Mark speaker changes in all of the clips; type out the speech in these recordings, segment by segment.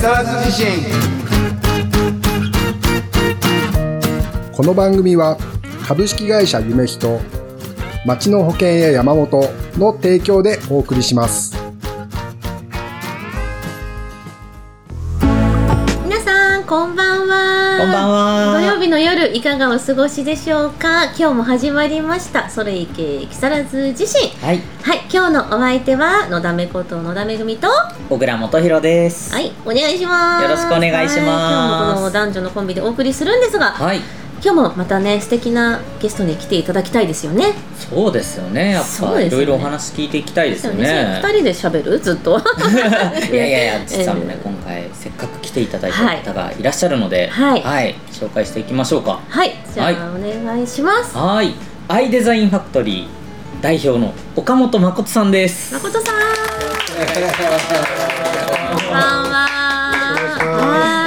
Speaker 1: 沢津地震
Speaker 2: この番組は株式会社夢人町の保険や山本の提供でお送りし ます
Speaker 3: 皆さんこんばんは
Speaker 4: こんばんは
Speaker 3: 土曜日の夜いかがお過ごしでしょうか今日も始まりましたそれいけ木更津自身
Speaker 4: はい、
Speaker 3: はい今日のお相手はのだめことのだめ組とは
Speaker 4: 小倉元博です。
Speaker 3: いお願いします
Speaker 4: よろしくお願いし
Speaker 3: はい今日
Speaker 4: ます
Speaker 3: もこの男女のコンビでお送りするんですが、
Speaker 4: はい、
Speaker 3: 今日もまたね素敵なゲストに来ていただきたいですよね
Speaker 4: そうですよね。やっ
Speaker 3: そう
Speaker 4: ぱ
Speaker 3: で
Speaker 4: い
Speaker 3: すよね
Speaker 4: ろいろお話聞いていきたいですよね。
Speaker 3: 二人で喋るずっと
Speaker 4: いやいやいや、実は
Speaker 3: え
Speaker 4: ね、
Speaker 3: ー
Speaker 4: 今回せっかく来ていただいた方がいらっしゃるので、
Speaker 3: はい
Speaker 4: 紹介していきましょうか。
Speaker 3: はいじゃあ、
Speaker 4: はい
Speaker 3: お願いします
Speaker 4: はい、アイデザインファクトリー代表の岡本誠さんです。
Speaker 3: 誠さんこんばんはは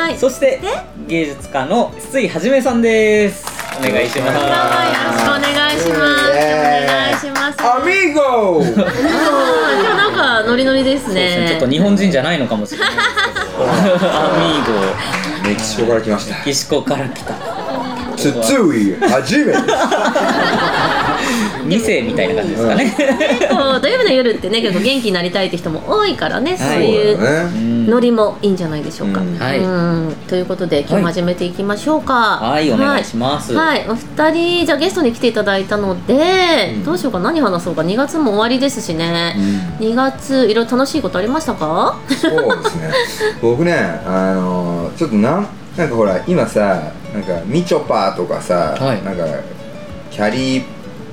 Speaker 3: ーい
Speaker 4: そして芸術家の筒井はじめさんです。お願いします。
Speaker 3: こんばんはよろしくお願いし
Speaker 1: イ
Speaker 3: ます。
Speaker 1: エーイ
Speaker 3: お願いします。
Speaker 1: ア
Speaker 3: あ
Speaker 1: ミーゴ
Speaker 3: ー今日なんかノリノリです
Speaker 4: そうですね
Speaker 3: ね。
Speaker 4: ちょっと日本人じゃないのかもしれないですけ どアミーゴ
Speaker 1: メキシコから来ました
Speaker 4: メキシコから来た
Speaker 1: つついはじめ
Speaker 4: 2世みたいな感じですかね、
Speaker 3: 結構土曜日の夜ってね結構元気になりたいって人も多いからね、そういう
Speaker 1: ね
Speaker 3: ノリもいいんじゃないでしょうか。
Speaker 1: うん
Speaker 4: はい
Speaker 3: うんということで今日も始めていきましょうか。
Speaker 4: はいお願いします
Speaker 3: はい、はいお二人じゃあゲストに来ていただいたので、
Speaker 1: うん
Speaker 3: どうしようか何話そうか2月も終わりですしね、2月いろいろ楽しいことありましたか
Speaker 1: そうですね僕ねあのちょっとなんなんかほら今さなんかみちょぱとかさ、
Speaker 4: はい
Speaker 1: なんかキャリー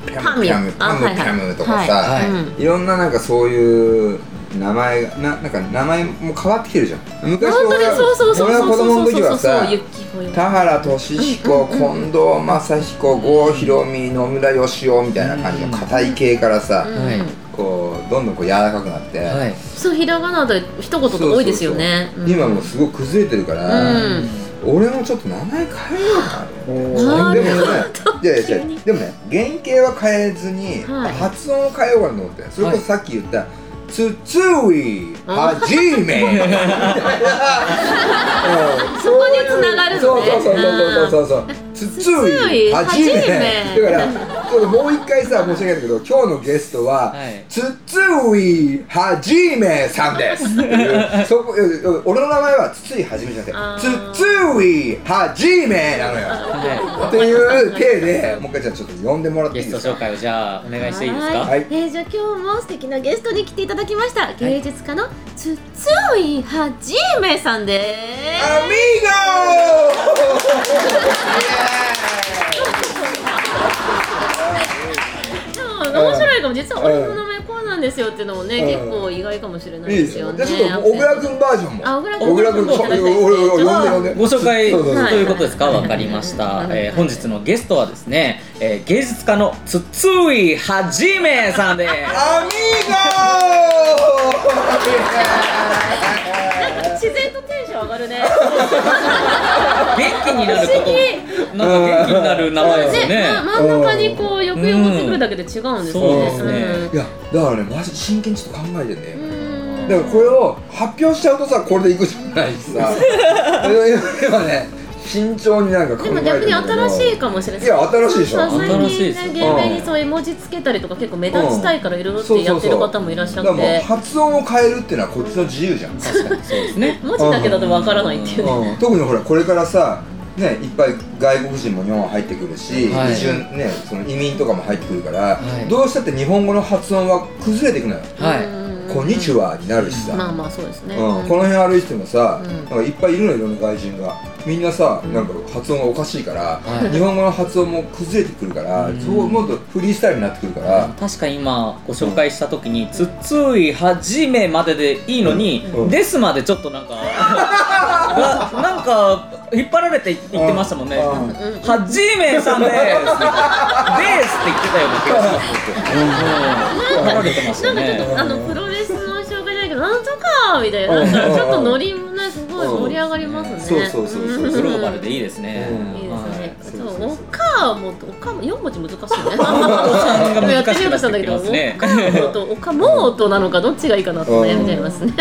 Speaker 1: ピャムピャムピ
Speaker 3: パ
Speaker 1: ャ
Speaker 3: ミュ
Speaker 1: ムピャムとか
Speaker 3: はい
Speaker 1: さ、
Speaker 3: はい
Speaker 4: はい
Speaker 3: うん
Speaker 1: いろんななんかそういう名前がななんか名前も変わってきてるじゃん昔
Speaker 3: 本当に
Speaker 1: 俺は
Speaker 3: そうそうそう
Speaker 1: 俺が
Speaker 3: そう
Speaker 1: 子
Speaker 3: そう
Speaker 1: 供の
Speaker 3: そう
Speaker 1: 時
Speaker 3: そ
Speaker 1: は
Speaker 3: うそう
Speaker 1: さ
Speaker 3: ゆっきほよ
Speaker 1: 田原俊彦、近藤正彦郷ひろみ野村義雄みたいな感じの硬い系からさ、
Speaker 3: うん
Speaker 4: はい
Speaker 1: こうどんどんこう柔らかくなって、
Speaker 4: はい
Speaker 3: そうひらがなで一言
Speaker 1: そうそう
Speaker 3: が
Speaker 1: そう
Speaker 3: 多いですよねうん
Speaker 1: 今もうすごく崩れてるから、
Speaker 3: うん
Speaker 1: 俺もちょっと名前変えようかな
Speaker 3: な
Speaker 1: で
Speaker 3: る
Speaker 1: もね
Speaker 3: ほど
Speaker 1: いやいやいやでもね原型は変えずに、
Speaker 3: はい
Speaker 1: 発音を変えようかなと思ってそれこそさっき言った「つついはじめ」うん
Speaker 3: そこに繋がる
Speaker 1: そ
Speaker 3: の
Speaker 1: う
Speaker 3: ね
Speaker 1: そうそうそうそうそうそうつついはじ
Speaker 3: つつい
Speaker 1: め
Speaker 3: はじめ
Speaker 1: だからちょっともう一回さ申し訳ないんだけど今日のゲストは
Speaker 4: はい
Speaker 1: つついはじめさんですっていうそこいや俺の名前はつついはじめじゃな
Speaker 3: あ
Speaker 1: くて
Speaker 3: ー
Speaker 1: つついはじめなのよ
Speaker 4: は
Speaker 1: っていう体でもう一回じゃあちょっと呼んでもらっ
Speaker 4: い
Speaker 1: てい
Speaker 4: ゲ
Speaker 1: い
Speaker 4: ス
Speaker 1: で
Speaker 4: ト
Speaker 1: すか
Speaker 4: 紹介をじゃあお願いしていいです
Speaker 3: は
Speaker 4: か
Speaker 1: はい
Speaker 3: えーじゃあ今日も素敵なゲストに来ていただきました芸術家のつついはじめさんで
Speaker 1: アミーゴ
Speaker 3: すでも面白いかも実は
Speaker 1: うん
Speaker 3: 俺の名前こうなんですよっていうのもね
Speaker 1: うん
Speaker 3: 結構意外かもしれない
Speaker 1: いい
Speaker 3: で
Speaker 1: ですす
Speaker 3: よ
Speaker 1: よ。
Speaker 3: ね
Speaker 1: じゃあちょっと小倉君バージョンも。
Speaker 3: あ小倉君
Speaker 1: 小倉君、そう俺俺俺呼んで呼んで。
Speaker 4: ご紹介
Speaker 1: そうそうそう
Speaker 4: ということですか
Speaker 3: はい
Speaker 4: わかりまし
Speaker 3: は
Speaker 4: た
Speaker 3: い、
Speaker 4: えー本日のゲストはですね、えー芸術家の筒井はじめさん です
Speaker 1: アミー
Speaker 3: 自然とテンション上がるね
Speaker 4: 元気になることなんか元気になる名前ですよね
Speaker 3: ねま真ん中にこう抑揚がついてくるだけで違うんです
Speaker 4: そう
Speaker 3: ね
Speaker 4: ですね
Speaker 1: ゴーいや、だからね、マジ真剣にちょっと考えてね。
Speaker 3: うん
Speaker 1: だからこれを発表しちゃうとさ、これでいくじゃない しさ。今ね、慎重になんか考えて
Speaker 3: でも
Speaker 1: るんだ
Speaker 3: 逆
Speaker 1: けど。
Speaker 3: に新しいかもしれない
Speaker 1: いや新しいでしょ
Speaker 3: そうそう
Speaker 4: 新
Speaker 3: 最
Speaker 4: しいで
Speaker 3: 近
Speaker 4: すよ
Speaker 3: ね芸名にそういう絵文字つけたりとか結構目立ちたいからいろいろってやってる方もいらっし
Speaker 1: だ
Speaker 3: ゃっ
Speaker 1: からもう
Speaker 3: て
Speaker 1: 発音を変えるっていうのはこっちの自由 じゃん。
Speaker 4: 確かにそうですね
Speaker 3: 文字だけだとわからないっていうね
Speaker 1: うん特にほらこれからさねいっぱい外国人も日本入ってくるし、
Speaker 4: はい
Speaker 1: 移住ねその移民とかも入ってくるから、
Speaker 4: はい
Speaker 1: どうしたって日本語の発音は崩れていくのよ「
Speaker 4: はい
Speaker 3: うん
Speaker 1: こんにちは」になるしさ、
Speaker 3: まあまあそうですね
Speaker 1: うん、この辺歩いててもさ、
Speaker 3: うん
Speaker 1: なんかいっぱいいるのよいろんな外人がみんなさなんか発音がおかしいから、
Speaker 4: はい
Speaker 1: 日本語の発音も崩れてくるから、
Speaker 4: うん
Speaker 1: そうもっとフリースタイルになってくるから、
Speaker 4: 確かに今ご紹介した時に「つついはじめ」まででいいのに
Speaker 1: うん
Speaker 4: 「です」までちょっとなんか ななんか引っ張られてい言ってましたもんね「
Speaker 1: うん
Speaker 4: はじめさんです」「です」って言ってたような気がしますうん引っ張られてました
Speaker 3: な
Speaker 4: よ
Speaker 3: んかちょっ
Speaker 4: ね
Speaker 3: とあのプロレスの紹介じゃないけどなんとかみたいななんかちょっとノリもねすごい盛り上がりますね
Speaker 1: そうそうそうそう
Speaker 3: うん
Speaker 4: グローバルでいいですね
Speaker 1: うん
Speaker 3: いいですね。
Speaker 4: はい
Speaker 3: そ
Speaker 1: そうそう
Speaker 3: う、
Speaker 1: そう
Speaker 3: おっかはもうおかも四文字難しいね。
Speaker 4: んが
Speaker 3: やって
Speaker 4: 難
Speaker 3: み
Speaker 4: し
Speaker 3: よう
Speaker 4: く
Speaker 3: としたんだ
Speaker 4: な
Speaker 3: け
Speaker 4: ってき
Speaker 3: ど、
Speaker 4: ま
Speaker 3: お
Speaker 4: す ね
Speaker 3: かもとおかもとなのかどっちがいいかなって悩んじゃいますね。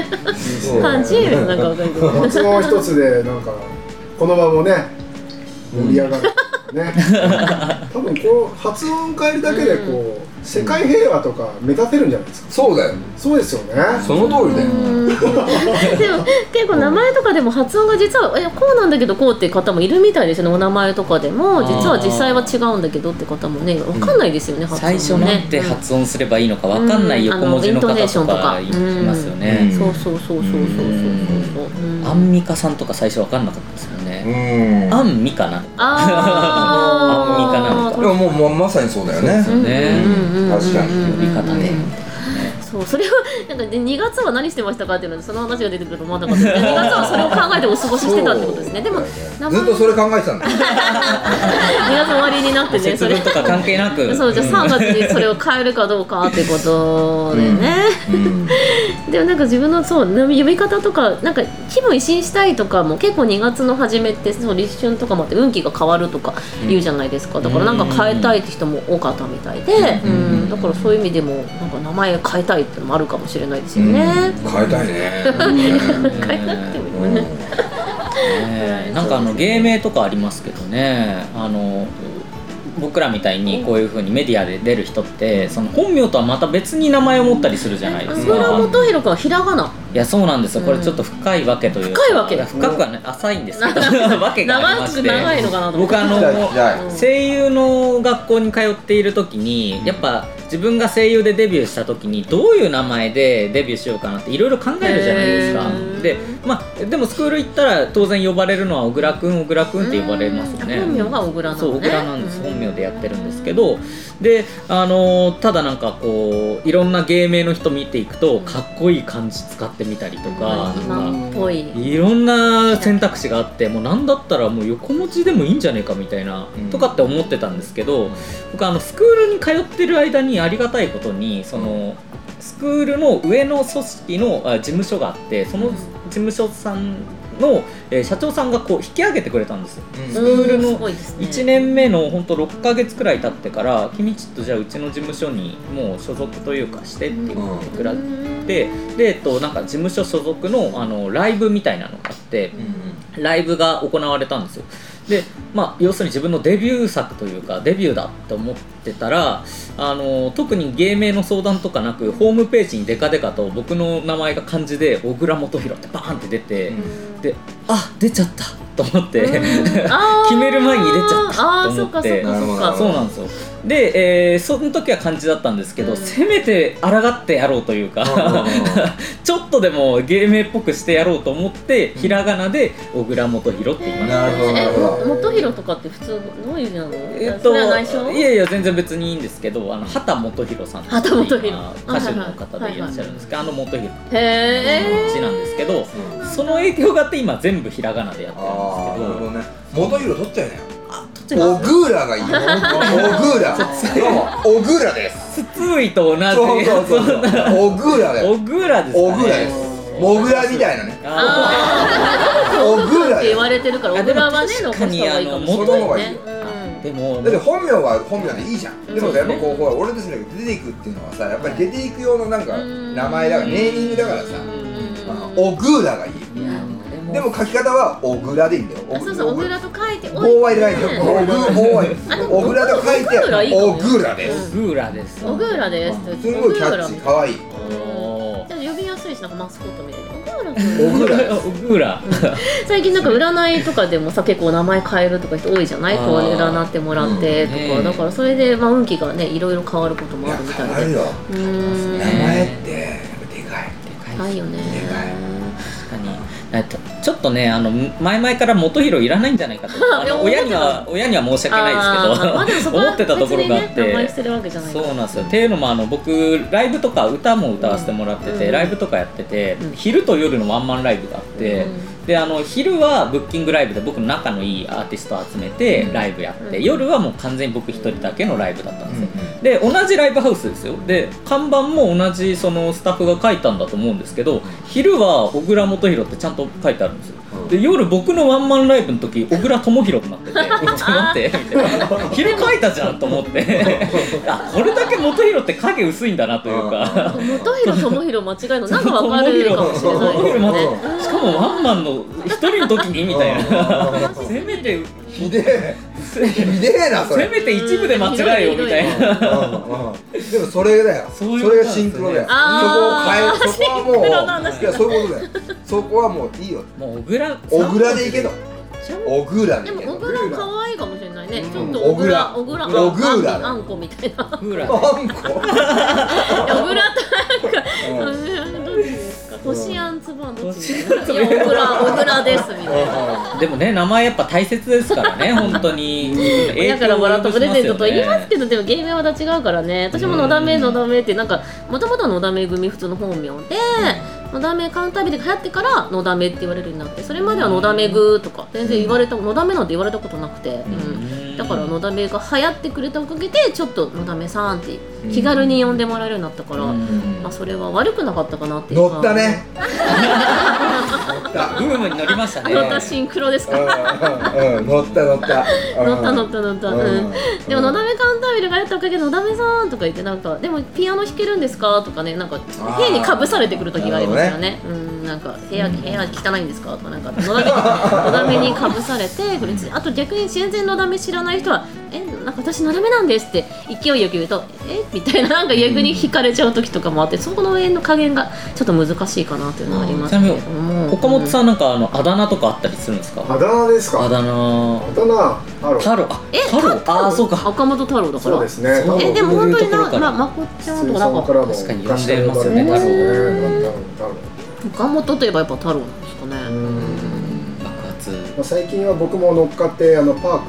Speaker 1: うん
Speaker 3: ハジーメなんかわかるけど。
Speaker 5: 発音一つでなんかこの場もね盛り上がるね、 多分こう発音変えるだけでこう、世界平和とか目指せるんじゃないですか
Speaker 1: そうだよ
Speaker 5: そうですよね
Speaker 1: その通りだよ
Speaker 3: うんでも結構名前とかでも発音が実はえこうなんだけどこうっていう方もいるみたいですねお名前とかでも実は実際は違うんだけどって方もねわかんないですよね、発音
Speaker 4: 最
Speaker 3: ね
Speaker 4: 初なんて発音すればいいのかわかんない横文字の方とかいますよ
Speaker 1: うん
Speaker 4: ね。
Speaker 3: そうそうそうそうそうそうそうそう、うん
Speaker 4: アンミカさんとか最初わかんなかったですよ
Speaker 1: う
Speaker 4: ね。
Speaker 1: ん
Speaker 4: アンミカな。
Speaker 3: あー
Speaker 4: アンミカなんか
Speaker 1: でももうもうまさにそうだよね
Speaker 4: そうですよね
Speaker 1: 確かに
Speaker 4: 呼び方で。
Speaker 3: そうそれはなんかで2月は何してましたかっていうのでその話が出てくると思わなかったですね2月はそれを考えてお過ごししてたってことですねでも2
Speaker 1: そうずっとそれ考えてたんだよ
Speaker 3: 月終わりになってね
Speaker 4: 節
Speaker 3: それ
Speaker 4: 分とか関係なく。
Speaker 3: そうじゃあ3月にそれを変えるかどうかってことでね、
Speaker 1: うん
Speaker 3: でもなんか自分のそう読み方とかなんか気分一新したいとかも結構2月の初めってそう立春とかもあって運気が変わるとか言うじゃないですか、だからなんか変えたいって人も多かったみたいで、うんだからそういう意味でもなんか名前変えたいってのもあるかもしれないですよね。
Speaker 1: 変えたいね
Speaker 4: うん
Speaker 3: 変えなくてもいい
Speaker 1: うんうん
Speaker 4: ねえなんかあの芸名とかありますけどねあの僕らみたいにこういうふうにメディアで出る人ってその本名とはまた別に名前を持ったりするじゃないです
Speaker 3: 村
Speaker 4: か。
Speaker 3: 本弘君はひらがな。
Speaker 4: いやそうなんですよこれちょっと深いわけというか
Speaker 3: 深いわけ
Speaker 4: や深くはね浅いんですけど わけがありまして
Speaker 3: 長く長いのかなと思って
Speaker 4: 僕あの
Speaker 1: じゃあじゃあ
Speaker 3: うん
Speaker 4: 声優の学校に通っている時にやっぱ自分が声優でデビューした時にどういう名前でデビューしようかなっていろいろ考えるじゃないです
Speaker 3: へ
Speaker 4: か
Speaker 3: ー
Speaker 4: で,、まあ、でもスクール行ったら当然呼ばれるのは小倉くん小倉くんって呼ばれますよね
Speaker 3: うん本名が小倉なのね
Speaker 4: そう小倉なんです本名でやってるんですけどであのーただなんかこういろんな芸名の人見ていくとかっこいい漢字使ってみたりとかなんか
Speaker 3: 今っぽい。
Speaker 4: いろんな選択肢があってもう何だったらもう横文字でもいいんじゃねえかみたいな、
Speaker 1: うん
Speaker 4: とかって思ってたんですけど僕あのスクールに通ってる間にありがたいことにそのスクールの上の組織のあ事務所があってその事務所さんの、えー社長さんがこう引き上げてくれたんですよ。
Speaker 1: うん
Speaker 4: スクールの
Speaker 3: すごいですね
Speaker 4: 1年目の本当6ヶ月くらい経ってから「君ちょっとじゃあうちの事務所にもう所属というかして」って言ってくれてで、えっと、なんか事務所所属のあのライブみたいなのがあってライブが行われたんですよで、まあ、要するに自分のデビュー作というかデビューだって思ってたらあの特に芸名の相談とかなくホームページにデカデカと僕の名前が漢字で小倉元宏ってバーンって出て、であ出ちゃったと思って。決
Speaker 3: 決
Speaker 4: める前に入れちゃった
Speaker 3: あー
Speaker 4: と思って
Speaker 3: あーそっかそっ
Speaker 1: な
Speaker 3: か
Speaker 1: るほ
Speaker 3: そ
Speaker 1: ど
Speaker 3: っか
Speaker 4: そうなんですよで、えーその時は漢字だったんですけど、
Speaker 3: うん
Speaker 4: せめて抗ってやろうというか、 ちょっとでも芸名っぽくしてやろうと思って、ひらがなで小倉元宏って言いました、
Speaker 1: なるほどなるほど
Speaker 3: え、元弘とかって普通どういう字なの？
Speaker 4: えっ
Speaker 3: そ
Speaker 4: と、
Speaker 3: れは内緒？
Speaker 4: いやいや全然別にいいんですけどあの畑元博さんっていう
Speaker 3: 畑元博
Speaker 4: まあ歌手の方でいらっしゃるんですけど、あの元博の
Speaker 3: へえ。
Speaker 4: 字なんですけど、
Speaker 1: うん
Speaker 4: その影響があって今全部ひらがなでやってる
Speaker 1: ああなるほど
Speaker 4: んで
Speaker 1: ね元色取っちゃいなよ
Speaker 4: すけど
Speaker 1: オグーラがいいよオグーラどうもオグーラです
Speaker 4: つついと同じ
Speaker 1: そうそう そうそうオグーラだよ
Speaker 4: 小倉ですかね
Speaker 1: オグーラですモグラみたいなね
Speaker 4: あ
Speaker 1: オグー
Speaker 3: っ
Speaker 1: ラ
Speaker 3: て
Speaker 1: で
Speaker 3: 言われてるから、
Speaker 4: あ
Speaker 3: 小
Speaker 4: でも
Speaker 3: 倉はね残
Speaker 4: 確
Speaker 3: し
Speaker 4: か
Speaker 3: た
Speaker 4: に
Speaker 3: 方がいいかもしれ
Speaker 1: あの
Speaker 3: な
Speaker 1: 元
Speaker 3: い
Speaker 1: は
Speaker 3: ね
Speaker 1: いいよ。
Speaker 3: うん
Speaker 4: でも
Speaker 1: だって本名は本名でいいじゃんでもさ
Speaker 4: そ
Speaker 1: やっ
Speaker 4: うで
Speaker 1: ぱ
Speaker 4: すね
Speaker 1: こうほら俺たちだけど出ていくっていうのはさやっぱり出ていく用のなんか名前だからネーミングだからさあオグーラがいい
Speaker 4: いや俺
Speaker 1: で
Speaker 4: も
Speaker 1: も書き方はオグラでいいんだよ
Speaker 3: あそうそう、小倉と書いておいて。
Speaker 1: 大ワイライト、オグ大ワイ
Speaker 3: あでも
Speaker 1: オグラと書いて
Speaker 3: 小倉いいかも
Speaker 1: オグラです。
Speaker 4: 小倉です
Speaker 3: 小倉ですって。
Speaker 1: すごいキャッチー、可愛い。
Speaker 4: お
Speaker 3: じゃあ呼びやすいしなんかマスコットみたいな。
Speaker 1: 小倉です
Speaker 4: 小倉
Speaker 3: 最近なんか占いとかでもさ結構名前変えるとか人多いじゃない
Speaker 4: あー
Speaker 3: こう占ってもらってとか、
Speaker 4: うん
Speaker 3: だからそれでまあ運気がねいろいろ変わること
Speaker 1: い
Speaker 3: もあ
Speaker 1: や
Speaker 3: るみた
Speaker 1: 変わ
Speaker 3: い
Speaker 1: る
Speaker 3: で
Speaker 1: よ。
Speaker 3: うーん
Speaker 1: 名
Speaker 4: ね
Speaker 1: 前ってやっぱでかい。
Speaker 3: ないよね
Speaker 1: でかい。
Speaker 4: 確かにえっとちょっとねあの前々から元弘いらないんじゃない かとあ
Speaker 3: いや
Speaker 4: の親には親には申し訳
Speaker 3: あーま
Speaker 4: な
Speaker 3: あ
Speaker 4: い
Speaker 3: でも
Speaker 4: です
Speaker 3: そこ
Speaker 4: けど
Speaker 3: は
Speaker 4: 思ってたところがあっ
Speaker 3: 別にね名前
Speaker 4: て
Speaker 3: してるわけじゃない
Speaker 4: そうなんですよっていうのもあの僕ライブとか歌も歌わせてもらってて、
Speaker 3: うん
Speaker 4: ライブとかやってて、
Speaker 3: うん
Speaker 4: 昼と夜のワンマンライブがあって、
Speaker 3: うん
Speaker 4: であの昼はブッキングライブで僕の仲のいいアーティストを集めてライブやって、
Speaker 3: うん
Speaker 4: 夜はもう完全に僕一人だけのライブだったんですよ、で同じライブハウスですよで看板も同じそのスタッフが書いたんだと思うんですけど昼は小倉元宏ってちゃんと書いてあるんですよ
Speaker 1: うん
Speaker 4: で夜僕のワンマンライブの時小倉智弘になってて「ちょっと待って」みたいな「昼書いたじゃん」と思ってあこれだけ元宏って影薄いんだなというか。
Speaker 3: 元弘智弘間違いのなんかわかるかもしれないです
Speaker 4: も
Speaker 3: よ
Speaker 4: う
Speaker 3: ね
Speaker 4: しかもワンマンの一人の時にみたいなせめて
Speaker 1: ひでえひでえなそ
Speaker 4: せ
Speaker 1: れ
Speaker 4: めて一部で間違えよみたいな
Speaker 1: うんうんでもそれだよ
Speaker 4: そういう
Speaker 1: そ
Speaker 4: こと
Speaker 1: れ
Speaker 4: なん
Speaker 1: が
Speaker 4: ですね
Speaker 1: シンクロだよ
Speaker 3: あー
Speaker 1: そこを変えそこ
Speaker 3: シンクロの
Speaker 1: はも
Speaker 3: 話
Speaker 1: ういやそういうことだよそこはもういいよ
Speaker 4: もう小倉
Speaker 1: 小倉でいけと
Speaker 4: ちゃう
Speaker 1: 小倉で
Speaker 3: で
Speaker 1: いけ
Speaker 3: も小
Speaker 1: と
Speaker 3: 倉可愛いかもしれないね、
Speaker 1: ん
Speaker 3: ちょっと小倉
Speaker 1: 小
Speaker 3: 小
Speaker 1: 倉
Speaker 3: 倉
Speaker 1: 小倉
Speaker 3: あんあんこみたいな
Speaker 4: 小倉
Speaker 1: あんこ
Speaker 3: 小倉と
Speaker 1: うん
Speaker 3: あんどっちですかこしあんつぶあんどっちい
Speaker 4: こ
Speaker 3: や
Speaker 4: しあん
Speaker 3: 小倉小倉ですみたいな
Speaker 4: でもね名前やっぱ大切ですから ね本当に
Speaker 3: 親からもらったプレゼントと言います
Speaker 4: け
Speaker 3: けど、でも芸名はまた違うからね私も野田め野田めってなんかもともと野田め組普通の本名で野田めカウンタービルが流行ってから野田めって言われるようになってそれまでは野田めぐとか全然言われた野田めなんて言われたことなくて、うんだから野田めが流行ってくれたおかげでちょっと野田めさんって気軽に呼んでもらえるようになったから、まあ、それは悪くなかったかなっていう
Speaker 1: 乗ったね乗った
Speaker 4: ブームに乗りましたね
Speaker 3: またシンクロですか
Speaker 1: うんうん乗った乗った
Speaker 3: 乗った乗った乗った、
Speaker 1: う
Speaker 3: うんん、でも「のだめカウンタービル」がやったおかげで「のだめさん」とか言ってなんか「でもピアノ弾けるんですか?」とかねなんか
Speaker 1: ー
Speaker 3: 変にかぶされてくる時がありますよねうんなんか部屋「部屋汚いんですか?」とかなんかのだめにかぶされてくれてあと逆に全然のだめ知らない人は「えなんか私のだめなんです」って勢いよく言うと「えみたいななんか逆に惹かれちゃう時とかもあってそこの辺の加減がちょっと難しいかなっていうのはありますけれども
Speaker 4: 岡本さんなんかあのあだ名とかあったりするんですか
Speaker 5: あだ名です
Speaker 4: あ
Speaker 5: かあ
Speaker 4: だ名
Speaker 5: だ名ある
Speaker 4: 太郎あ
Speaker 3: え
Speaker 4: 太郎ああそうか
Speaker 3: 岡本太郎だか
Speaker 5: そう
Speaker 3: ら
Speaker 5: ですね
Speaker 4: そう
Speaker 3: えでも
Speaker 4: こう
Speaker 3: 本
Speaker 4: いう
Speaker 3: 当
Speaker 4: と
Speaker 3: に
Speaker 4: ころ
Speaker 3: な、
Speaker 4: から
Speaker 3: ま、まこっちゃんと
Speaker 5: 水
Speaker 3: かなん
Speaker 5: 産か
Speaker 3: から
Speaker 5: も
Speaker 4: 確かに呼んでますよね
Speaker 5: 昔から呼ばれ
Speaker 3: 太郎
Speaker 5: てますね太郎
Speaker 3: 岡本といえばやっぱ太郎なんですかね
Speaker 5: 太郎うん
Speaker 4: 爆発
Speaker 5: まあ最近は僕も乗っかってあのパーク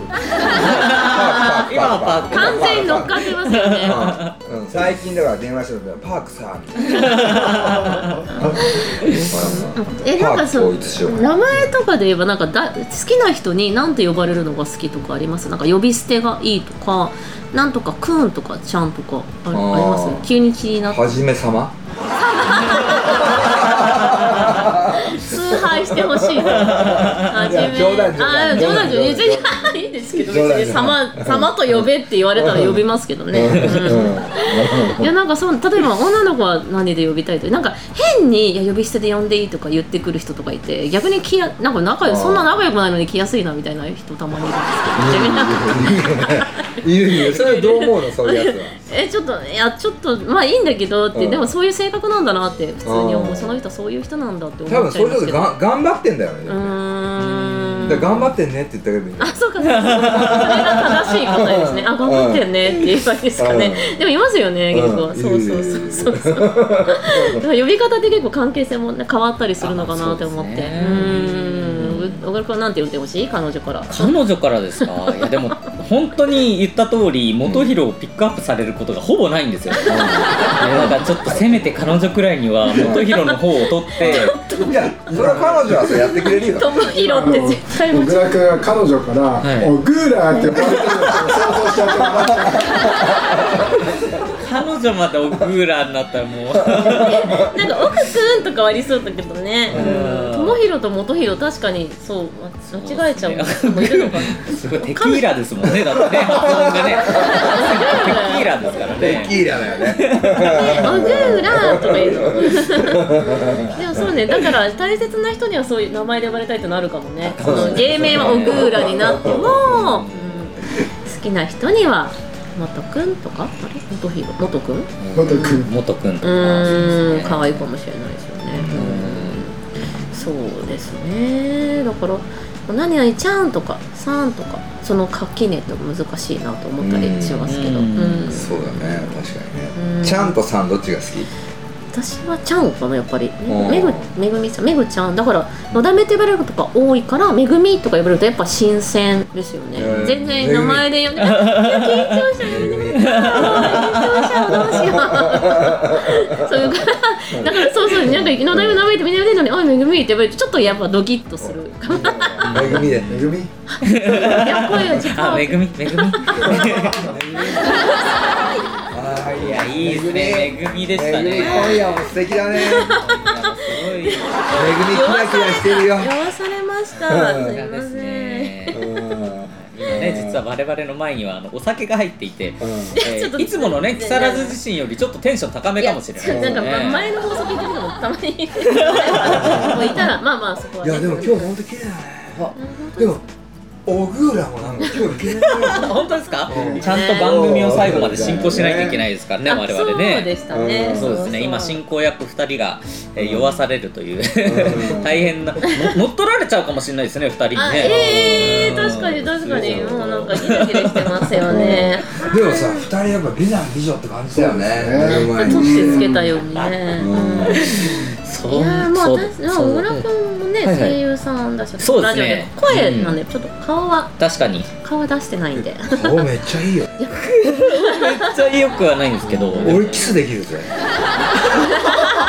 Speaker 4: 今はパーク
Speaker 3: 完全に乗っかってますよね
Speaker 1: うんうん最近だから電話してたんだよパークさみたいな
Speaker 3: えなんか
Speaker 1: パーク
Speaker 3: そ
Speaker 1: 統
Speaker 3: う
Speaker 1: 一しよう
Speaker 3: 名前とかで言えばなんかだ好きな人に何て呼ばれるのが好きとかありますなんか呼び捨てがいいとかなんとかくんとかちゃんとかあ
Speaker 1: あ
Speaker 3: り
Speaker 1: ー
Speaker 3: あります急に気になって
Speaker 1: はじめ様
Speaker 3: 崇拝してほしいはじめ
Speaker 1: 冗談冗談
Speaker 3: あー冗談冗談
Speaker 1: 冗談
Speaker 3: 全然いいんですけど
Speaker 1: 冗談
Speaker 3: 別
Speaker 1: 冗
Speaker 3: に
Speaker 1: 談
Speaker 3: 様様と呼べって言われたら呼びますけどねうんいやなんかそう例えば女の子は何で呼びたいとなんか変にいや呼び捨てで呼んでいいとか言ってくる人とかいて逆に気やなんか仲良いそんな仲良くないのに来やすいなみたいな人たまにいるんですけど逆になんか
Speaker 1: いるいるそれどう思うのそういうやつは
Speaker 3: えちょっといやちょっとまあいいんだけどって
Speaker 1: うん
Speaker 3: でもそういう性格なんだなって普通に思
Speaker 1: うん
Speaker 3: うその人はそういう人なんだって思っちゃ
Speaker 1: 多
Speaker 3: い
Speaker 1: 分
Speaker 3: ます
Speaker 1: そ
Speaker 3: け
Speaker 1: れ
Speaker 3: ど
Speaker 1: こそがん頑張ってんだよね
Speaker 3: うーん
Speaker 1: だから頑張ってんねって言ったけどいい
Speaker 3: あ、そうか、そうかそれが正しい答えですね。あ、頑張ってんねっていう感じですかね。でもいますよね、結
Speaker 1: う
Speaker 3: 構。
Speaker 1: ん
Speaker 3: そうそうそうそう。だから呼び方で結構関係性もね変わったりするのかなって思って。う
Speaker 4: あそうですね
Speaker 3: ーん。小倉君なんて呼んでほしい彼女から。
Speaker 4: 彼女からで すかいやでも本当に言った通り元宏をピックアップされることがほぼないんで すよ、だからちょっとせめて彼女くらいには元宏の方を 取って
Speaker 1: いやそれは彼女はそれやってくれるよ
Speaker 3: ともひろ
Speaker 5: あ
Speaker 3: って
Speaker 5: の
Speaker 3: 絶対
Speaker 5: 小
Speaker 3: 間違
Speaker 5: 倉君は彼女から
Speaker 4: はい
Speaker 5: 「おグーラー」って呼ばれてるのを想像しちゃってもらった
Speaker 4: 彼女までオクラになったらもう
Speaker 3: えなんか奥くんとかはありそうだけどね。
Speaker 4: うん
Speaker 3: ともひろと元ひろ確かにそう間違えちゃう人もいるのかな。
Speaker 4: すごいテキーラですもんねだってね発音がねテキーラですから
Speaker 1: テ
Speaker 4: ね
Speaker 1: キーラだよね
Speaker 3: あぐーらーとか言うの でもそうねだから大切な人にはそういう名前で呼ばれたいってのあるかもねその芸名はおぐーらになっても、うん好きな人にはもとくんとかあれもとひろもとくんう
Speaker 5: 元君
Speaker 4: 元君とか
Speaker 3: ーん可愛いかもしれないですよねそうですねだから何々ちゃんとかさんとかその垣根って難しいなと思ったりしますけど
Speaker 4: うん
Speaker 3: うん
Speaker 1: そうだね確かに
Speaker 3: う
Speaker 1: ね
Speaker 3: ん
Speaker 1: ちゃんとさんどっちが好き
Speaker 3: 私はちゃんかなやっぱり
Speaker 1: うん
Speaker 3: めぐめぐみさんめぐちゃんだからのだめてばれることが多いからめぐみとか呼ばれるとやっぱ新鮮ですよね、
Speaker 1: うん
Speaker 3: 全然名前で呼んでいや緊張しちゃうめぐみ緊張しちゃうどうし ようそういうからだからそうそうなんかのだめのだめってみんな呼んでるのに「おいめぐみ」って呼ばれるとちょっとやっぱドキッとする
Speaker 1: めぐみで
Speaker 5: めぐみ
Speaker 3: いや声が違
Speaker 4: あめ
Speaker 3: う
Speaker 4: ぐみめぐみやいいですね恵みでし
Speaker 1: め
Speaker 4: た
Speaker 1: ぐみ
Speaker 4: ね
Speaker 1: 今夜も素敵だねめぐみ
Speaker 4: すごいです
Speaker 1: キラキラしてるよ
Speaker 3: 酔わされました
Speaker 1: うん
Speaker 3: すいま
Speaker 4: です
Speaker 3: せん
Speaker 4: ね
Speaker 1: うん
Speaker 4: 今ね実は我々の前にはあのお酒が入っていて
Speaker 1: うん
Speaker 4: えーいつものね木更津自身よりちょっとテンション高めかもしれないですね
Speaker 3: やなんかま前の放送聞いてるのもたまに もういたらまあまあそこはい
Speaker 1: やでも今日本当綺麗だねでもオグーラもなんか今日綺麗だね
Speaker 4: 本当ですか
Speaker 1: うん
Speaker 4: ちゃんと番組を最後まで進行しないといけないですからね
Speaker 3: あ
Speaker 4: 我々
Speaker 3: そうで
Speaker 4: ね
Speaker 3: したね、
Speaker 1: うん
Speaker 4: そうですね今進行役2人がえー酔わされるという大変なの乗っ取られちゃうかもしれないですね2人に
Speaker 3: あ
Speaker 4: ね
Speaker 3: ええー、
Speaker 4: うん
Speaker 3: 確かに確かに
Speaker 4: そうそう
Speaker 3: もうなんかギラギラしてますよね
Speaker 1: でもさ二人やっぱ美男美女って感じだよね
Speaker 5: そうですね
Speaker 1: 目の前に
Speaker 3: 年つけたようにね、
Speaker 1: うん
Speaker 4: そう
Speaker 3: いやーまあ
Speaker 4: そう
Speaker 3: 私でも小倉君もね、
Speaker 4: はいはい
Speaker 3: 声優さんだし、
Speaker 4: そうで
Speaker 3: ラ
Speaker 4: す
Speaker 3: ジオ
Speaker 4: ね
Speaker 3: で声なんで、ちょっと顔は
Speaker 4: 確かにめっ
Speaker 3: 顔は出してないんで
Speaker 1: 顔めっちゃいいよ
Speaker 4: ちゃ良くはないんですけど
Speaker 1: 俺キスできるぜ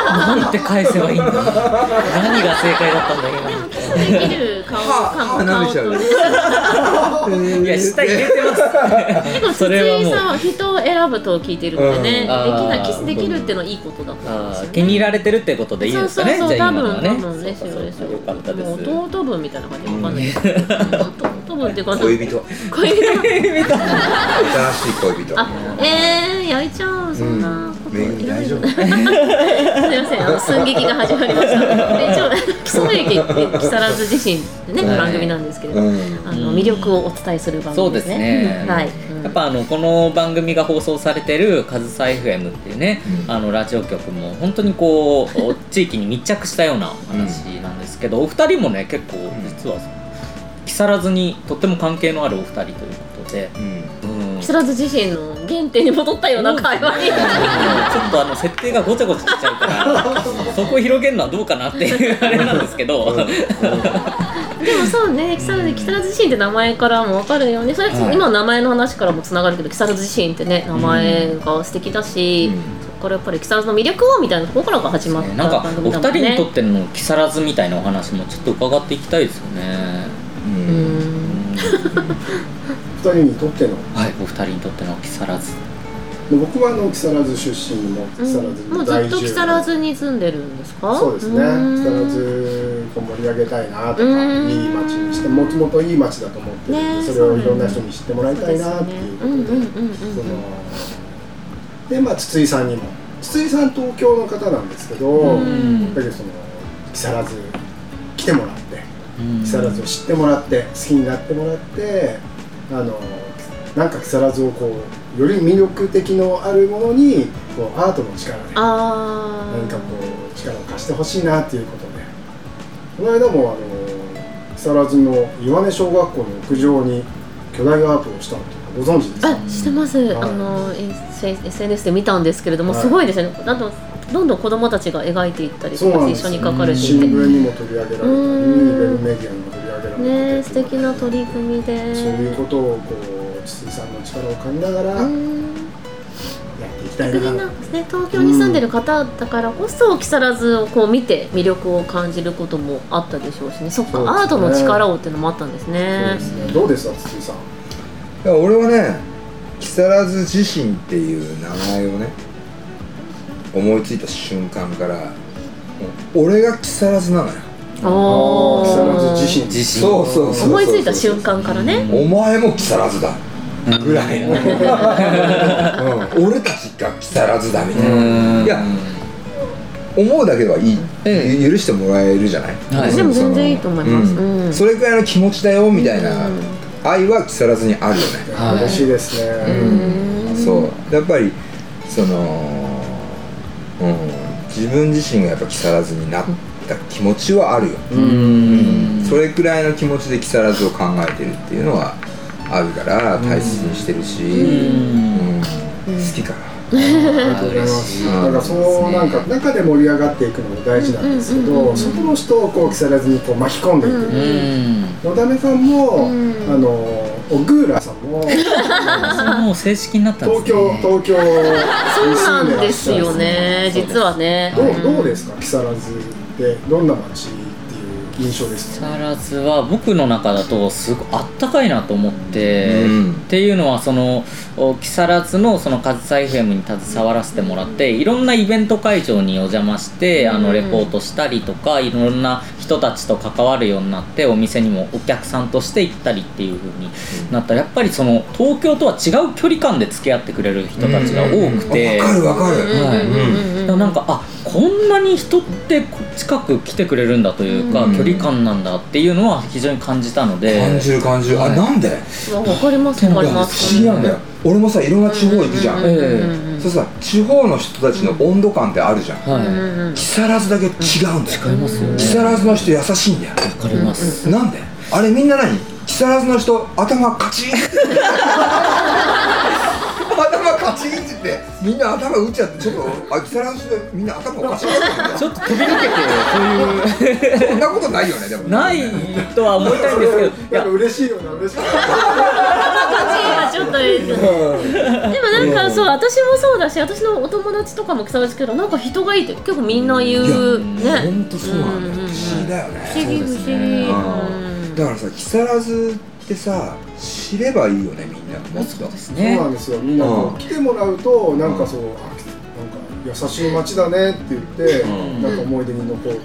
Speaker 4: なんて返せばいいんだ何が正解だったんだ
Speaker 3: キ スできる顔
Speaker 1: 歯
Speaker 3: 顔
Speaker 1: 舐め
Speaker 3: 顔
Speaker 1: ちゃう
Speaker 3: と
Speaker 1: よ
Speaker 3: ね
Speaker 4: 今いや下入れてます
Speaker 3: 結構
Speaker 4: そ
Speaker 3: 筒
Speaker 4: れはもう
Speaker 3: 井さんは人を選ぶと聞いてるんでね、
Speaker 1: うん
Speaker 3: でき
Speaker 4: あ
Speaker 3: な
Speaker 4: ー
Speaker 3: キスできるってのはいいことだと思うんですよ、
Speaker 4: あー
Speaker 3: ね、
Speaker 4: 気に入られてるってことでいいですか
Speaker 3: そ
Speaker 4: ね
Speaker 3: うそうそう
Speaker 4: じゃあ
Speaker 3: 多
Speaker 4: 今のは
Speaker 3: 分
Speaker 4: ね
Speaker 3: 多 分ですよです
Speaker 4: そうそうそうよかった
Speaker 3: よ
Speaker 4: です
Speaker 3: もう弟分みたいな感じわかんないけど弟分っていうか
Speaker 1: 恋人
Speaker 3: 恋
Speaker 1: 新
Speaker 3: 人
Speaker 1: しい恋人
Speaker 3: あえー焼いちゃうそんなこと
Speaker 1: めぐみ大丈夫
Speaker 3: すいませんあの寸劇が始まりましたで一応基礎駅って木更津自身ってね、
Speaker 4: はい
Speaker 3: 番組なんですけれど、
Speaker 1: うん
Speaker 3: あの魅力をお伝えする番
Speaker 4: そう
Speaker 3: 組で
Speaker 4: で
Speaker 3: すす
Speaker 4: ね
Speaker 3: ね、うんはい、うん
Speaker 4: やっぱあのこの番組が放送されてる「カズサ FM」っていうね、
Speaker 1: うん
Speaker 4: あのラジオ局も本当にこうお地域に密着したような話なんですけど、お二人もね結構
Speaker 1: ん
Speaker 4: 実は木更津にとっても関係のあるお二人ということで、
Speaker 1: うん
Speaker 4: うん
Speaker 3: 木更津自身の原点に戻ったような会話 に
Speaker 4: ちょっとあの設定がごちゃごちゃしちゃ うからそこを広げるのはどうかなっていうあれなんですけど、
Speaker 3: でもそうね木更津木更津自身って名前からも分かるよねそれは
Speaker 1: はい
Speaker 3: 今の名前の話からもつながるけど木更津自身ってね名前が素敵だし、
Speaker 1: うん
Speaker 3: そこからやっぱり木更津の魅力をみたいなところからが始まった
Speaker 4: なんか
Speaker 3: 番
Speaker 4: お
Speaker 3: 組
Speaker 4: 二
Speaker 3: だもん
Speaker 4: 人に
Speaker 3: ね
Speaker 4: とっての木更津みたいなお話もちょっと伺っていきたいですよね。
Speaker 1: うん
Speaker 3: うん
Speaker 5: 二人にとっての
Speaker 4: はい、お二人にとっての木更津。
Speaker 5: で僕はあの木更津出身の木更津
Speaker 3: もうずっと木更
Speaker 5: 津
Speaker 3: 津に住んでるんですか
Speaker 5: そうですね木更
Speaker 3: ん
Speaker 5: 津を盛り上げたいなとか
Speaker 3: う
Speaker 5: い
Speaker 3: ん
Speaker 5: い町にしてもともといい町だと思ってるん
Speaker 3: ね
Speaker 5: でそ
Speaker 3: え
Speaker 5: れをいろんな人に知ってもらいたいなっていうこ
Speaker 3: そうですよねうんうん
Speaker 5: と
Speaker 3: うん
Speaker 5: でそ
Speaker 3: うん
Speaker 5: のでまあ筒井さんにも筒井さん東京の方なんですけど
Speaker 3: う
Speaker 5: やっ
Speaker 3: ん
Speaker 5: ぱりその木更津来てもらって
Speaker 4: 木
Speaker 5: 木更津を知ってもらって好きになってもらってあのなんか木更津をこうより魅力的のあるものにこうアートの力で何か
Speaker 3: あー
Speaker 5: こう力を貸してほしいなっていうことでこの間もあの木更津の岩根小学校の屋上に巨大アートをしたのとかご存知ですか
Speaker 3: あしてます、
Speaker 5: はい
Speaker 3: あの S- SNS で見たんですけれども、
Speaker 5: はい
Speaker 3: すごいですよねなんとどんどん子供たちが描いていったり
Speaker 5: そ
Speaker 3: と
Speaker 5: うな
Speaker 3: か
Speaker 5: んで
Speaker 3: 一
Speaker 5: す
Speaker 3: 緒に描かれて
Speaker 5: 新
Speaker 3: いて
Speaker 5: 聞にも取り上げられたりウ
Speaker 3: うん
Speaker 5: ェブメディアにも取り上げられたり
Speaker 3: ね素敵な取り組みで
Speaker 5: そういうことをこう筒井さんの力を借りながらやっ
Speaker 3: うん
Speaker 5: ていきた
Speaker 3: 逆
Speaker 5: い
Speaker 3: に
Speaker 5: な
Speaker 3: なんかね東京に住んでる方だからこそ木更津をこう見て魅力を感じることもあったでしょうしねそっか
Speaker 5: そうですね
Speaker 3: アートの力をっていうのもあったんです
Speaker 5: そう
Speaker 3: ね
Speaker 5: ですね。どうですか、筒井さ
Speaker 1: い
Speaker 5: ん。
Speaker 1: や俺はね木更津自身っていう名前をね思いついた瞬間からもう俺が木更津なのよ
Speaker 3: お
Speaker 5: 木更津自身。
Speaker 4: 自身。
Speaker 1: そうそうそう
Speaker 3: 思いついた瞬間からね
Speaker 1: お前も木更津だぐらいの、う
Speaker 4: う
Speaker 1: ん、俺たちが木更津だみたいな、
Speaker 4: ん
Speaker 1: いや思うだけではいい、
Speaker 4: え
Speaker 1: ゆ許してもらえるじゃない、
Speaker 4: はい
Speaker 3: でも全然いいと思います
Speaker 1: その
Speaker 3: うん
Speaker 1: それぐらいの気持ちだよみたいな
Speaker 3: うん
Speaker 1: 愛は木更津にあるよね、
Speaker 4: はい
Speaker 5: 嬉しいですね。
Speaker 3: うん
Speaker 1: そうやっぱりその、うん、自分自身がやっぱ木更津になった気持ちはあるよ、
Speaker 4: うん。
Speaker 1: それくらいの気持ちで木更津を考えてるっていうのはあるから大切にしてるし、うん好きかな
Speaker 5: ありがとうございます。
Speaker 1: 嬉しい
Speaker 5: なんかそうなんか中で盛り上がっていくのも大事なんですけ
Speaker 3: うんうんうんう
Speaker 5: ど、
Speaker 3: ん
Speaker 5: そこの人をこう木更津にこう巻き込んでいく。
Speaker 3: うん
Speaker 4: うん。
Speaker 5: のだめさんも
Speaker 3: うん
Speaker 5: あのオグーラさんも東
Speaker 4: それもう正式になったんですね。
Speaker 5: 京東京
Speaker 3: そう
Speaker 5: に
Speaker 3: な
Speaker 5: 住んで
Speaker 3: ん
Speaker 5: らっ
Speaker 3: で
Speaker 5: し
Speaker 3: す
Speaker 5: ゃる
Speaker 3: よね
Speaker 4: そうです
Speaker 3: 実はね
Speaker 5: どうどう
Speaker 3: で
Speaker 5: ですか、木更津ってどんな街っていう印象です
Speaker 4: 木
Speaker 5: ね
Speaker 4: 更津は僕の中だとすごいあったかいなと思って、
Speaker 1: うん
Speaker 4: っていうのはそのお木更津のその「カズサイフ m に携わらせてもらっていろんなイベント会場にお邪魔してあ
Speaker 3: う
Speaker 4: の
Speaker 3: ん
Speaker 4: レポートしたりとかいろんな人たちと関わるようになってお店にもお客さんとして行ったりっていう風になったらやっぱりその東京とは違う距離感で付き合ってくれる人たちが多くて。
Speaker 1: わかるわかる、
Speaker 4: はい
Speaker 3: うん
Speaker 4: だからなんかあこんなに人ってこ近く来てくれるんだというか、
Speaker 1: うん
Speaker 4: 距離感なんだっていうのは非常に感じたので
Speaker 1: 感じる感じる、
Speaker 4: はい
Speaker 1: あなんで
Speaker 3: わわかりますわかりま
Speaker 1: 不思
Speaker 3: す
Speaker 1: 議なんだよ、俺もさいろんな地方行くじゃん、
Speaker 3: うんうん
Speaker 4: え
Speaker 3: うん
Speaker 1: そしたら地方の人たちの温度感ってあるじゃん、
Speaker 4: はい、
Speaker 3: うんう
Speaker 4: わ
Speaker 3: んうん
Speaker 1: 木更津だけ違うんだよ、
Speaker 4: りますよね
Speaker 1: 木更津の人優しいんだよ、
Speaker 4: かります、
Speaker 1: なんであれみんな何木更津の人頭カチンって頭カチンって言ってみんな頭打っちゃってちょっとあ木更津の人みんな頭おかしいな
Speaker 4: ちょっと飛び抜けてそういう
Speaker 1: そんな ことないよねでも
Speaker 4: ないとは思いたいんですけど
Speaker 5: なん
Speaker 4: い
Speaker 5: か
Speaker 4: や
Speaker 5: 嬉しいよな嬉しいよな
Speaker 3: 今ちょっとですねでもなんかそう私もそうだし私のお友達とかも草津けどなんか人がいいって結構みんな言う
Speaker 1: いや
Speaker 3: ね
Speaker 1: 本当そうなんだよ
Speaker 3: うんうんうん
Speaker 1: 不思議だよね
Speaker 3: 不思議不
Speaker 4: そうで
Speaker 3: 思
Speaker 4: す
Speaker 3: 議
Speaker 4: ね
Speaker 3: うん
Speaker 1: だからさ木更津ってさ知ればいいよねみんなもっと
Speaker 4: です
Speaker 5: そう
Speaker 4: ね
Speaker 5: なんですよみんなこう来てもらうとなんかそうあなんか優しい街だねって言って
Speaker 1: うん
Speaker 5: なんか思い出に残っ
Speaker 1: うん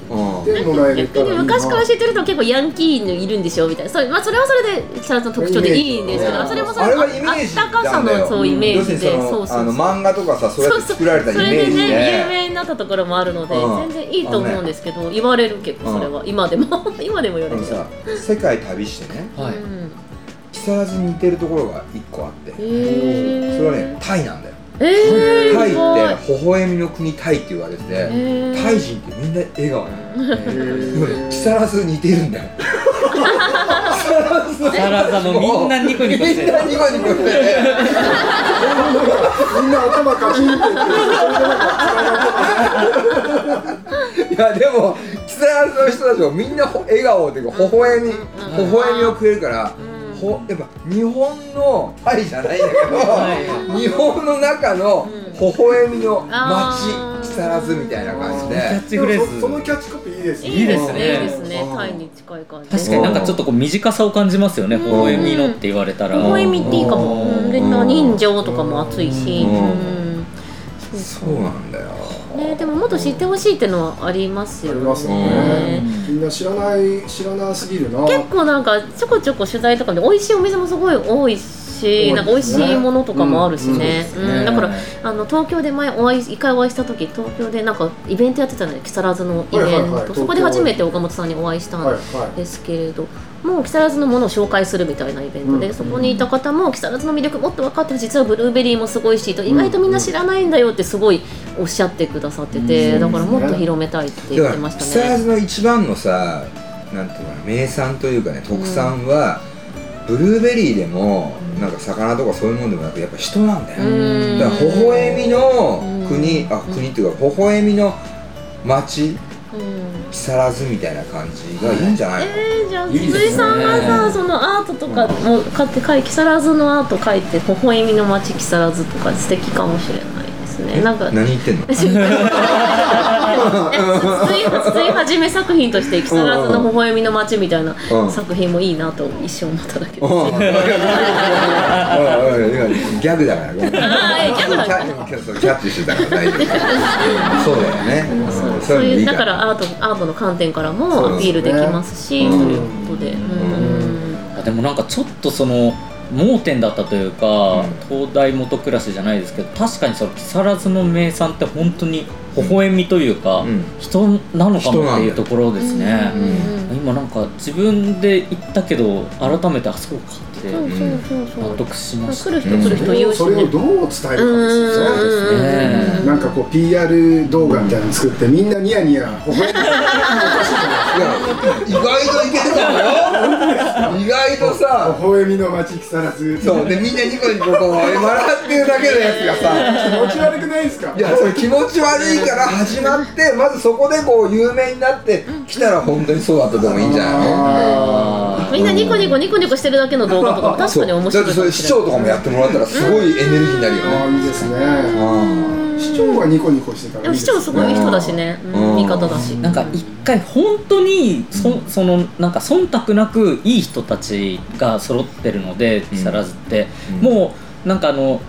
Speaker 5: てもらえるか
Speaker 3: 逆
Speaker 5: ら
Speaker 3: に
Speaker 5: いいな
Speaker 3: 昔から知ってると結構ヤンキーのいるんでしょみたいなそう、まあ、それはそれで木更津の特徴でいいんですけ
Speaker 5: イメー
Speaker 3: ど
Speaker 5: ジ
Speaker 3: それもそ
Speaker 1: あれ
Speaker 3: れ
Speaker 1: はイメ
Speaker 3: あ
Speaker 1: ージ
Speaker 3: ったかさのそうイメージで
Speaker 1: 要するにそ
Speaker 3: そ
Speaker 1: の
Speaker 3: うそ
Speaker 1: あの
Speaker 3: うそう
Speaker 1: 漫画とかさそうやって作られたイ
Speaker 3: そ
Speaker 1: メ
Speaker 3: れ
Speaker 1: ー
Speaker 3: で
Speaker 1: ジ
Speaker 3: ね有
Speaker 1: で
Speaker 3: 名になったところもあるので
Speaker 1: うん
Speaker 3: 全然いいと思うんですけど言われる結構それは今でも 今でも言
Speaker 1: あ
Speaker 3: わ
Speaker 1: の
Speaker 3: れるよ
Speaker 1: さ世界旅してね
Speaker 4: はい、
Speaker 3: うん
Speaker 1: 木更津に似てるところが一個あって
Speaker 3: へー
Speaker 1: それはねタイなんだよ
Speaker 3: えー
Speaker 1: タイ
Speaker 3: すごい
Speaker 1: って微笑みの国タイって言われてて
Speaker 3: えー
Speaker 1: タイ人ってみんな笑顔なの
Speaker 5: へ
Speaker 1: でも
Speaker 5: ー
Speaker 1: ね木更津似てるんだ よ木
Speaker 4: 木更津もみんなニコニコして
Speaker 1: みん
Speaker 4: る
Speaker 1: なニコニコしてて
Speaker 5: みんな頭カチンって言って
Speaker 1: いやでも木更津の人たちもみんなほ笑顔で微笑み微笑みをくれるから、
Speaker 3: うん
Speaker 1: ほやっぱ日本のパリじゃないんだけど、
Speaker 4: は
Speaker 1: 日本の中の
Speaker 3: うん
Speaker 1: 微笑みの街、
Speaker 3: あー
Speaker 1: 木更津みたいな感じ
Speaker 4: キャ
Speaker 1: で
Speaker 4: ッチフレ
Speaker 5: そ
Speaker 4: ーズ
Speaker 5: そのキャッチコピーいいですね
Speaker 4: いいですね
Speaker 3: いいですねタイに近い感じ
Speaker 4: 確かになんかちょっとこう短さを感じますよね微笑みのって言われたら
Speaker 3: 微笑みっていいかも
Speaker 4: うん
Speaker 3: うんで人情とかも熱いし
Speaker 1: うん
Speaker 3: うん
Speaker 1: そうなんだよ
Speaker 3: ねでももっと知ってほしいってのはありますよ
Speaker 5: ありますよ
Speaker 1: ね
Speaker 5: みんな知らない知らなすぎるな
Speaker 3: 結構なんかちょこちょこ取材とかで美味しいお店もすごい多
Speaker 5: 多いで
Speaker 3: いし、
Speaker 5: すね
Speaker 3: なんか美味しいものとかもあるしね、
Speaker 4: う
Speaker 3: うんん
Speaker 4: そうですね
Speaker 3: だからあの東京で前お会い一回お会いした時東京でなんかイベントやってたのよ木更津のイベント、
Speaker 5: はいはいはい
Speaker 3: そこで初めて岡本さんにお会いしたん
Speaker 5: はい
Speaker 3: で
Speaker 5: は
Speaker 3: ですけれど、もう木更津のものを紹介するみたいなイベントで、
Speaker 5: うん
Speaker 3: そこにいた方も木更津の魅力もっと分かってる実はブルーベリーもすごいしと意外とみんな知らないんだよってすごいおっしゃってくださってて、
Speaker 4: うん
Speaker 3: だからもっと広めたいって言
Speaker 1: だか
Speaker 3: って
Speaker 1: ら
Speaker 3: ま
Speaker 1: 木
Speaker 3: した
Speaker 1: 更
Speaker 3: ね。
Speaker 1: 津の一番のさなんていうかな名産というかね特産は、ブルーベリーでもなんか魚とかそういうもんでもなくやっぱ人なんだよ、
Speaker 3: うん
Speaker 1: だから微笑みの国、
Speaker 3: うん
Speaker 1: あ国っていうか微笑みの街
Speaker 3: うん
Speaker 1: 木更津みたいな感じがいいんじゃないの、
Speaker 3: えー、じゃあ
Speaker 4: いいですね
Speaker 3: 鈴井さんはさそのアートとかも買って書い木更津のアート書いて「微笑みの街木更津」とか素敵かもしれないですねなんか
Speaker 1: 何言ってんの
Speaker 3: え鈴井鈴井はじめ作品として木更津の微笑みの街みたいな
Speaker 1: うん
Speaker 3: 作品もいいなと一瞬思っただけで
Speaker 1: お
Speaker 3: す。
Speaker 1: うおいおいおいおい ギャグだからごめん
Speaker 3: あーいやギャグだから
Speaker 1: キャそうキャッチしてたから大丈夫そうだよね、
Speaker 3: そう
Speaker 1: そ
Speaker 3: そう
Speaker 1: う
Speaker 3: い
Speaker 1: いうの
Speaker 3: うだ
Speaker 1: いい
Speaker 3: からアートアートの観点から
Speaker 1: そう
Speaker 3: もア
Speaker 1: です
Speaker 3: ピ
Speaker 1: ね
Speaker 3: ールできますし
Speaker 1: うん
Speaker 3: ということで。うん
Speaker 4: あでもなんかちょっとその盲点だったというか、
Speaker 1: うん
Speaker 4: 東大元暮らしじゃないですけど確かにその木更津の名産って本当に微笑みというか、
Speaker 1: うん
Speaker 4: 人なのかもっていうところですね、
Speaker 3: うんうん
Speaker 4: 今なんか自分で行ったけど改めてあそこかって
Speaker 3: そうそうそう
Speaker 4: 納得しまし
Speaker 3: そ
Speaker 4: た
Speaker 3: う。来る人来る人言うし
Speaker 5: それを
Speaker 3: ね。
Speaker 5: どう伝えるかですよね
Speaker 3: うんうんうんうん
Speaker 5: なんかこう PR 動画みたいなの作ってみんなニヤニヤ微笑んで
Speaker 1: や意外といけるかもよ意外とさ
Speaker 5: 微笑みの街木更津
Speaker 1: そうでみんなニコニコこう笑ってるだけのやつがさ
Speaker 5: 気持ち悪くないですか
Speaker 1: いやそれ気持ち悪いから始まってまずそこでこう有名になってきたら本当にそうだったでもいいんじゃないの
Speaker 5: あ
Speaker 3: みんなニコニコニコニコしてるだけの動画とかも確かに面白
Speaker 1: そうだっ
Speaker 3: い
Speaker 1: てそれ市長とかもやってもらったらすごいエネルギーになるよ
Speaker 5: ー
Speaker 1: ね
Speaker 5: いいですね
Speaker 1: あ
Speaker 5: 市長はニコニコしてた
Speaker 3: で
Speaker 5: ら
Speaker 3: も
Speaker 5: いい
Speaker 3: 市長すごい人だしね、
Speaker 1: う
Speaker 3: うんん、味方だし
Speaker 4: なんか一回本当にそそのなんか忖度なくいい人たちが揃ってるので木更津って、
Speaker 1: うん
Speaker 4: もうなんかあの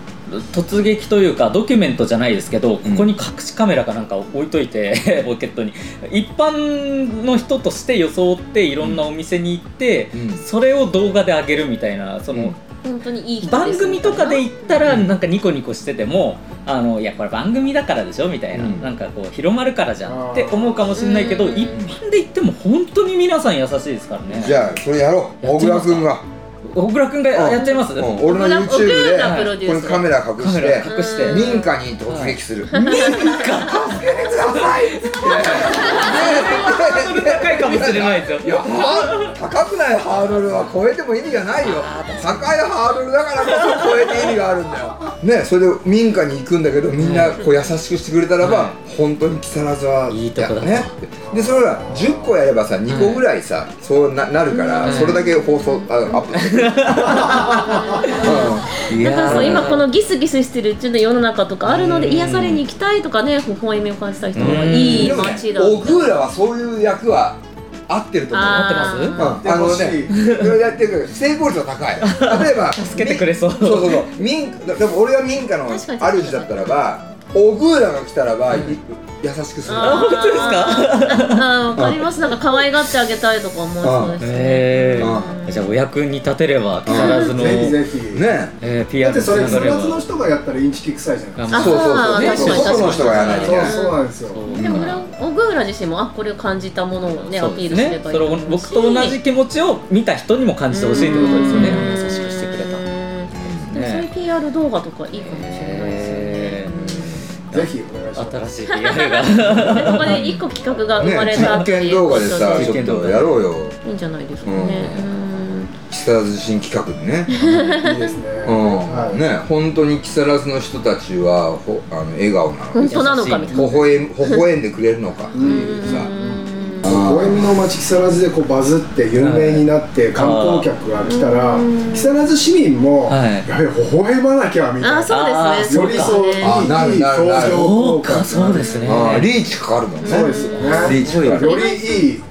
Speaker 4: 突撃というかドキュメントじゃないですけど、
Speaker 1: うん
Speaker 4: ここに隠しカメラかなんか置いといて ポケットに一般の人として装っていろんなお店に行って、
Speaker 1: うん
Speaker 4: それを動画で上げるみたいなその、
Speaker 1: うん
Speaker 3: 本当にいい人です
Speaker 4: 番組とかで
Speaker 3: み
Speaker 4: 行ったら
Speaker 1: うん
Speaker 4: なんかニコニコしててもあのいやこれ番組だからでしょみたいな、
Speaker 1: うん
Speaker 4: なんかこう広まるからじゃんって思うかもしれないけど
Speaker 3: うん
Speaker 4: 一般で言っても本当に皆さん優しいですからね
Speaker 1: じゃあそれやろう
Speaker 4: やっ
Speaker 1: 小
Speaker 4: ちゃい
Speaker 1: 倉
Speaker 4: ますか
Speaker 1: 君が
Speaker 4: 小倉君がやっちゃいます、
Speaker 1: うん俺の YouTube
Speaker 3: 小
Speaker 1: で
Speaker 3: 倉プロデュー
Speaker 1: こ
Speaker 3: ス
Speaker 1: のカメラ隠
Speaker 4: カ
Speaker 1: し
Speaker 4: メ
Speaker 1: て
Speaker 4: ラ隠して、
Speaker 3: うん
Speaker 1: 民家に突撃する
Speaker 4: ハードル高いかもしれないです
Speaker 1: いや
Speaker 4: よ
Speaker 1: は高くないハードルは超えても意味がないよ高いハードルだからこそ超えて意味があるんだよねそれで民家に行くんだけどみんなこう優しくしてくれたらば、
Speaker 4: は
Speaker 1: 本当に木更津はい
Speaker 4: いとこだな
Speaker 1: ねでそれら10個やればさ2個ぐらいさ、そうななるから、
Speaker 4: うん
Speaker 1: それだけ放送あアップしてくる、
Speaker 4: い
Speaker 3: だからそう今こ
Speaker 4: の
Speaker 3: のギスギスしてるうちの世の中とかあるの
Speaker 4: う
Speaker 3: で
Speaker 4: ん
Speaker 3: 癒されに行きたいとかね微笑みを感じたい人
Speaker 4: う
Speaker 3: が
Speaker 4: ん
Speaker 3: いい
Speaker 1: でもね
Speaker 3: 街だ
Speaker 1: 小倉はそういう役は合ってると思うよ
Speaker 4: 合ってます
Speaker 3: あ
Speaker 1: う
Speaker 3: ー
Speaker 1: んあのね、いろいろやってるけど、成功率は高い。例 えば、助
Speaker 4: けてくれそう
Speaker 1: そうそうそう、民家、でも俺が民家の
Speaker 3: 確かに
Speaker 1: 主だったらば、オグーラが来たらば、い優しくする。
Speaker 4: あ
Speaker 3: あ
Speaker 4: 本当ですか
Speaker 3: あわかりますなんか可愛がってあげたいとか思いそうです
Speaker 4: え
Speaker 1: う
Speaker 4: ー、じゃあお役に立てれば木更津の、
Speaker 5: ぜひぜひ
Speaker 1: ね
Speaker 4: えー、
Speaker 5: だっ
Speaker 4: PR
Speaker 5: て
Speaker 4: につ
Speaker 5: それ
Speaker 4: な
Speaker 5: 木
Speaker 4: がれば
Speaker 5: 更津の人がやったらインチキ臭いじゃない
Speaker 1: え。そうそうそう、ね、
Speaker 3: あそう
Speaker 1: 外の人がやらないと
Speaker 5: そう
Speaker 1: ね。
Speaker 5: そうなんですよ
Speaker 4: そう
Speaker 3: でもこれを小倉自身もあこれを感じたものをねア
Speaker 4: そう
Speaker 3: ピ
Speaker 4: で
Speaker 3: ー
Speaker 4: す
Speaker 3: ルすれ
Speaker 4: ね。
Speaker 3: ばいい
Speaker 4: それを僕と同じ気持ちを見た人にも感じてほしいってことですよね。
Speaker 3: うん
Speaker 4: 優しくしてくれた。
Speaker 3: でもそういう
Speaker 4: ね。
Speaker 3: PR 動画とかいいかもしれないですよ
Speaker 4: え
Speaker 3: ね
Speaker 5: ぜひお願いします
Speaker 4: ー新しい PR が。
Speaker 3: でここで一個企画が生まれた
Speaker 1: 実
Speaker 3: って
Speaker 1: 験
Speaker 3: いう
Speaker 1: 動
Speaker 3: こ
Speaker 1: 画
Speaker 3: と
Speaker 1: でさ、
Speaker 4: 実
Speaker 1: ちょっ
Speaker 4: 験動
Speaker 1: と
Speaker 4: 画
Speaker 1: やろうよ。
Speaker 3: いいんじゃないですかねうん
Speaker 1: 木更津新企画でね。
Speaker 5: いいですね
Speaker 1: う
Speaker 5: はい
Speaker 1: ん、ね、本当に木更津の人たちは、ほ、あの笑顔なの
Speaker 3: 本
Speaker 1: か。
Speaker 3: 当なのかみたいな
Speaker 1: 微笑む、微笑んでくれるのかっていうさ。
Speaker 3: うん
Speaker 5: 公園の町木更津でこうバズって有名になって観光客が来たら木更津市民も
Speaker 4: はい
Speaker 5: やはり微笑まなきゃみた
Speaker 3: あ
Speaker 5: いな
Speaker 3: そうですね
Speaker 5: よりそういい
Speaker 1: あなるなるなる
Speaker 5: 相乗効果
Speaker 4: す
Speaker 1: あーリーチかかるもんね。
Speaker 5: そうですよね
Speaker 1: リーチかかる。
Speaker 5: よりいい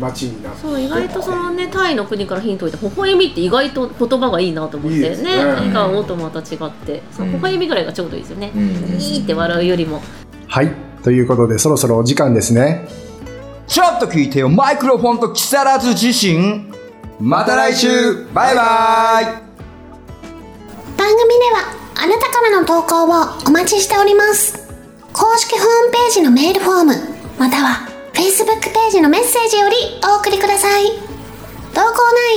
Speaker 5: 町になって
Speaker 3: そう意外とそのねタイの国からヒントを得て微笑みって意外と言葉がいいなと思って
Speaker 5: いいですね
Speaker 3: ね笑顔とまた違ってそ
Speaker 1: う
Speaker 3: う
Speaker 1: ん
Speaker 3: 微笑みぐらいがちょうどいいですよね
Speaker 1: うんうん
Speaker 3: いいって笑うよりも
Speaker 2: はい。ということで、そろそろお時間ですね。
Speaker 6: ちょっと聞いてよマイクロフォンと木更津自身また来週バイバイ
Speaker 7: 番組ではあなたからの投稿をお待ちしております公式ホームページのメールフォームまたは Facebook ページのメッセージよりお送りください投稿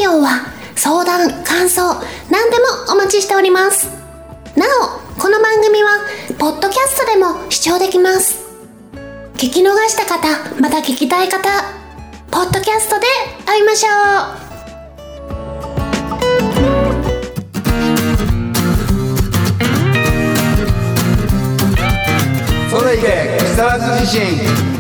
Speaker 7: 内容は相談感想何でもお待ちしておりますなおこの番組はポッドキャストでも視聴できます聞き逃した方また聞きたい方ポッドキャストで会いましょう
Speaker 6: それいけ木更津自身